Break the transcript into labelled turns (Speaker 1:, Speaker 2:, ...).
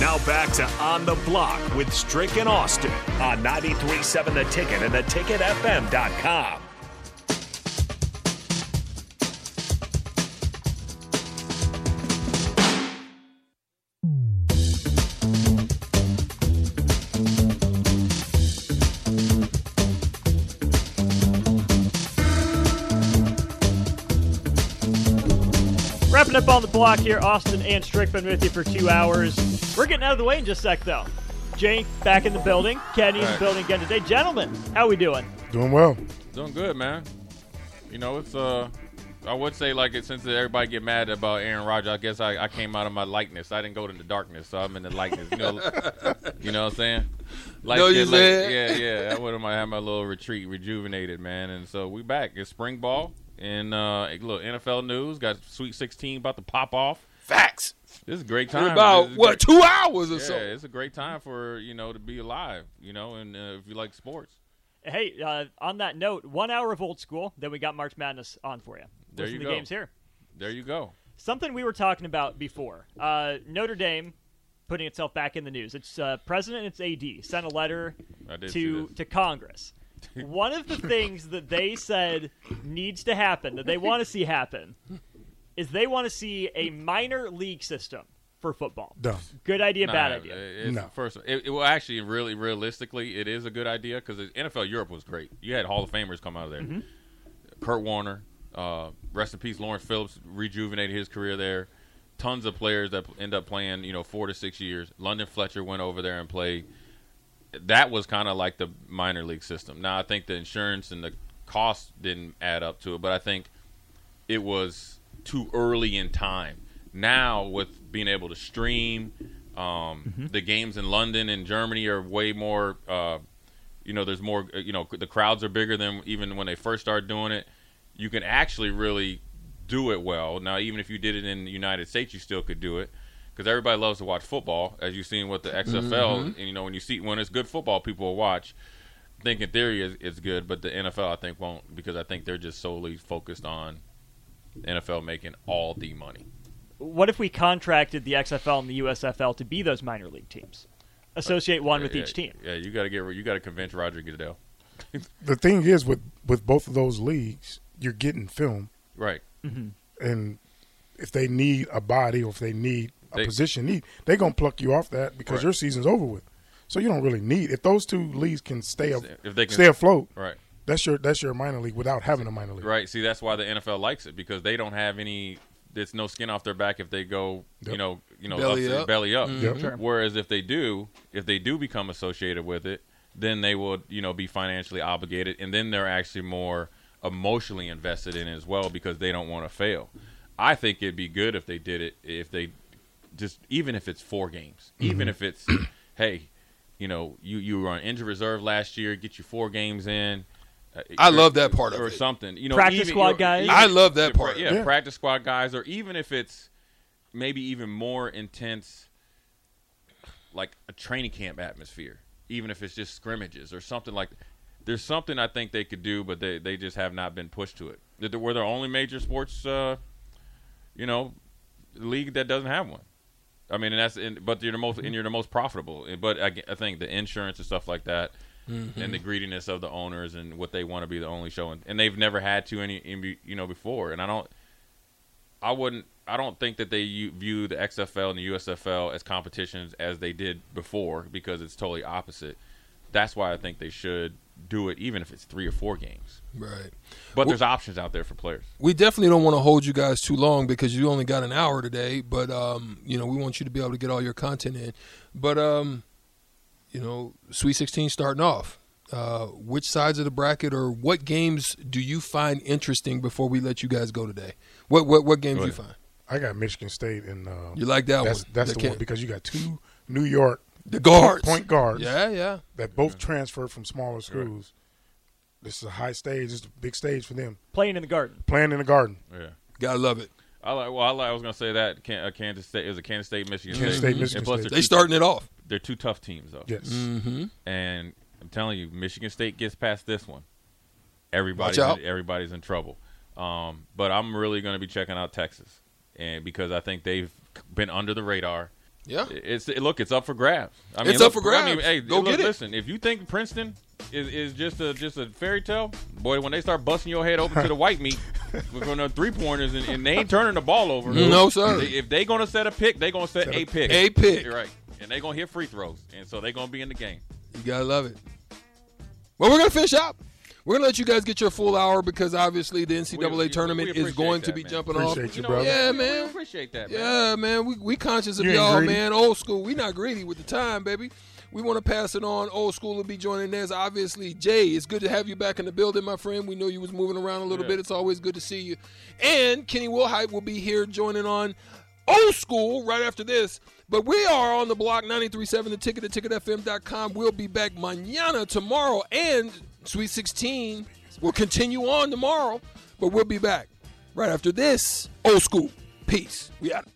Speaker 1: Now back to On the Block with Strick and Austin on 93.7 The Ticket and theticketfm.com.
Speaker 2: Wrapping up on the block here, Austin and Strickland with you for two hours. We're getting out of the way in just a sec, though. Jake back in the building. Kenny in the
Speaker 3: Right.
Speaker 2: building again today. Gentlemen, how we doing?
Speaker 4: Doing well.
Speaker 3: Doing good, man. You know, it's uh, I would say like it since everybody get mad about Aaron Rodgers. I guess I, I came out of my lightness. I didn't go to the darkness, so I'm in the lightness. You know, you know what I'm saying? Like,
Speaker 5: Know what you
Speaker 3: like-
Speaker 5: said?
Speaker 3: yeah, yeah. I would have had my little retreat, rejuvenated, man. And so we back. It's spring ball and uh, look NFL news. Got Sweet 16 about to pop off.
Speaker 5: Facts.
Speaker 3: This is a great
Speaker 5: In
Speaker 3: time. This
Speaker 5: about
Speaker 3: is a
Speaker 5: what
Speaker 3: great-
Speaker 5: two hours or
Speaker 3: yeah,
Speaker 5: so.
Speaker 3: it's a great time for you know to be alive. You know, and uh, if you like sports,
Speaker 2: Hey, uh, on that note, one hour of old school. Then we got March Madness on for you.
Speaker 3: There
Speaker 2: Listen
Speaker 3: you
Speaker 2: to
Speaker 3: go.
Speaker 2: the games here.
Speaker 3: there you go.
Speaker 2: Something we were talking about before. Uh, Notre Dame putting itself back in the news. Its uh, president, and its AD, sent a letter
Speaker 3: I did see
Speaker 2: to
Speaker 3: this.
Speaker 2: to Congress. One of the things that they said needs to happen, that they want to see happen, is they want to see a minor league system for football.
Speaker 4: Done.
Speaker 2: Good idea,
Speaker 3: Nah,
Speaker 2: bad
Speaker 3: it-
Speaker 2: idea.
Speaker 3: it's-
Speaker 4: No.
Speaker 3: First, it, it well, actually, really, realistically, it is a good idea because NFL Europe was great. You had Hall of Famers come out of there.
Speaker 2: Mm-hmm.
Speaker 3: Kurt Warner, uh, rest in peace, Lawrence Phillips rejuvenated his career there. Tons of players that end up playing, you know, four to six years. London Fletcher went over there and played. That was kind of like the minor league system. Now I think the insurance and the cost didn't add up to it, but I think it was too early in time. Now with being able to stream, um,
Speaker 2: Mm-hmm.
Speaker 3: the games in London and Germany are way more. Uh, you know, there's more. You know, the crowds are bigger than even when they first started doing it. You can actually really do it well now. Even if you did it in the United States, you still could do it because everybody loves to watch football, as you've seen with the XFL.
Speaker 2: Mm-hmm.
Speaker 3: And you know, when you see when it's good football, people will watch think in theory is, is good, but the NFL I think won't because I think they're just solely focused on NFL making all the money.
Speaker 2: What if we contracted the XFL and the USFL to be those minor league teams? Associate one with
Speaker 3: yeah,
Speaker 2: each team.
Speaker 3: Yeah, you got to get you got to convince Roger Goodell.
Speaker 4: The thing is with with both of those leagues, you're getting film,
Speaker 3: Right.
Speaker 4: and if they need a body or if they need a
Speaker 3: They-
Speaker 4: position need, they're gonna pluck you off that because
Speaker 3: Right.
Speaker 4: your season's over with. So you don't really need if those two leagues can stay af-
Speaker 3: If they can-
Speaker 4: stay afloat.
Speaker 3: Right.
Speaker 4: That's your that's your minor league without having a minor league.
Speaker 3: Right. See, that's why the NFL likes it because they don't have any. There's no skin off their back if they go, you
Speaker 4: Yep.
Speaker 3: know, you know,
Speaker 5: Belly
Speaker 3: upside-
Speaker 5: up.
Speaker 3: belly up.
Speaker 4: Yep. Sure.
Speaker 3: Whereas if they do, if they do become associated with it, then they will, you know, be financially obligated, and then they're actually more emotionally invested in it as well because they don't want to fail. I think it'd be good if they did it if they just even if it's four games,
Speaker 5: Mm-hmm.
Speaker 3: even if it's hey, you know, you you were on injured reserve last year, get you four games in. uh,
Speaker 5: I
Speaker 3: or-
Speaker 5: love that part of
Speaker 3: or
Speaker 5: it.
Speaker 3: something. You know,
Speaker 2: Practice
Speaker 3: even-
Speaker 2: squad
Speaker 3: you know,
Speaker 2: guys.
Speaker 3: even-
Speaker 5: I love that part.
Speaker 3: Yeah,
Speaker 4: Yeah.
Speaker 3: practice squad guys, or even if it's maybe even more intense, like a training camp atmosphere. Even if it's just scrimmages or something like. There's something I think they could do, but they, they just have not been pushed to it. That they- We're the only major sports, uh, you know, league that doesn't have one. I mean, and that's and, but you're the most
Speaker 4: Mm-hmm.
Speaker 3: and you're the most profitable. And- But I, ge- I think the insurance and stuff like that,
Speaker 4: Mm-hmm.
Speaker 3: and the greediness of the owners and what they want to be the only show, and, and they've never had to any in be- you know before. And I don't, I wouldn't, I don't think that they u- view the XFL and the USFL as competitions as they did before because it's totally opposite. That's why I think they should do it, even if it's three or four games.
Speaker 5: Right.
Speaker 3: But there's options out there for players.
Speaker 5: we definitely don't want to hold you guys too long because you only got an hour today. But um, you know, we want you to be able to get all your content in. But um, you know, Sweet Sixteen starting off. Uh, which sides of the bracket or what games do you find interesting before we let you guys go today? What what what games do
Speaker 3: Go
Speaker 5: you
Speaker 3: ahead.
Speaker 5: find?
Speaker 4: I got Michigan State and uh,
Speaker 5: You like that
Speaker 4: that's
Speaker 5: one?
Speaker 4: that's
Speaker 5: That
Speaker 4: the
Speaker 5: can-
Speaker 4: one because you got two New York
Speaker 5: The guards.
Speaker 4: point guards
Speaker 5: Yeah, yeah.
Speaker 4: that both transferred from smaller schools. This is a high stage. This is a big stage for them.
Speaker 2: Playing in the garden.
Speaker 4: Playing in the garden.
Speaker 3: Yeah.
Speaker 5: Gotta love it.
Speaker 3: I like. Well, I, like, I was gonna say that Can- uh, Kansas State is a Kansas State, Michigan
Speaker 4: Kansas State, Michigan
Speaker 3: and plus
Speaker 4: State.
Speaker 3: They're,
Speaker 5: They
Speaker 3: two,
Speaker 5: starting it off.
Speaker 3: they're two tough teams though.
Speaker 4: Yes.
Speaker 5: Mm.
Speaker 3: And I'm telling you, Michigan State gets past this one. Everybody's
Speaker 5: Watch out.
Speaker 3: in, everybody's in trouble. Um, but I'm really going to be checking out Texas, and because I think they've been under the radar.
Speaker 5: Yeah.
Speaker 3: It's it- look, it's up for grabs. I mean,
Speaker 5: It's
Speaker 3: look,
Speaker 5: up for
Speaker 3: I mean,
Speaker 5: grabs.
Speaker 3: hey,
Speaker 5: Go
Speaker 3: look,
Speaker 5: get it.
Speaker 3: Listen, if you think Princeton is, is just a just a fairy tale, boy, when they start busting your head open to the white meat with one of the three pointers and, and they ain't turning the ball over,
Speaker 5: No, sir.
Speaker 3: They- if they gonna set a pick, they gonna set, a pick,
Speaker 5: A pick.
Speaker 3: You're right, and they gonna hit free throws, and so they gonna be in the game.
Speaker 5: You gotta love it. Well, we're gonna finish up. We're gonna let you guys get your full hour because obviously the
Speaker 3: We-
Speaker 5: NCAA
Speaker 3: we- we
Speaker 5: tournament is
Speaker 3: appreciate
Speaker 5: going to
Speaker 3: that,
Speaker 5: be
Speaker 3: man.
Speaker 5: jumping off.
Speaker 4: Appreciate you,
Speaker 3: know,
Speaker 4: brother.
Speaker 5: Yeah,
Speaker 3: we- we
Speaker 5: man.
Speaker 3: appreciate that, man.
Speaker 5: Yeah, man, we we conscious of
Speaker 4: You ain't
Speaker 5: y'all,
Speaker 4: greedy.
Speaker 5: man. Old school, we not greedy with the time, baby. We want to pass it on. Old school will be joining us. Obviously, Jay, it's good to have you back in the building, my friend. We know you was moving around a little
Speaker 3: Yeah.
Speaker 5: bit. It's always good to see you. And Kenny Wilhite will be here joining on old school right after this. But we are on the block 937 the ticket at ticketfm.com. We'll be back mañana tomorrow and Sweet 16 will continue on tomorrow, but we'll be back right after this. Old school. Peace. We out.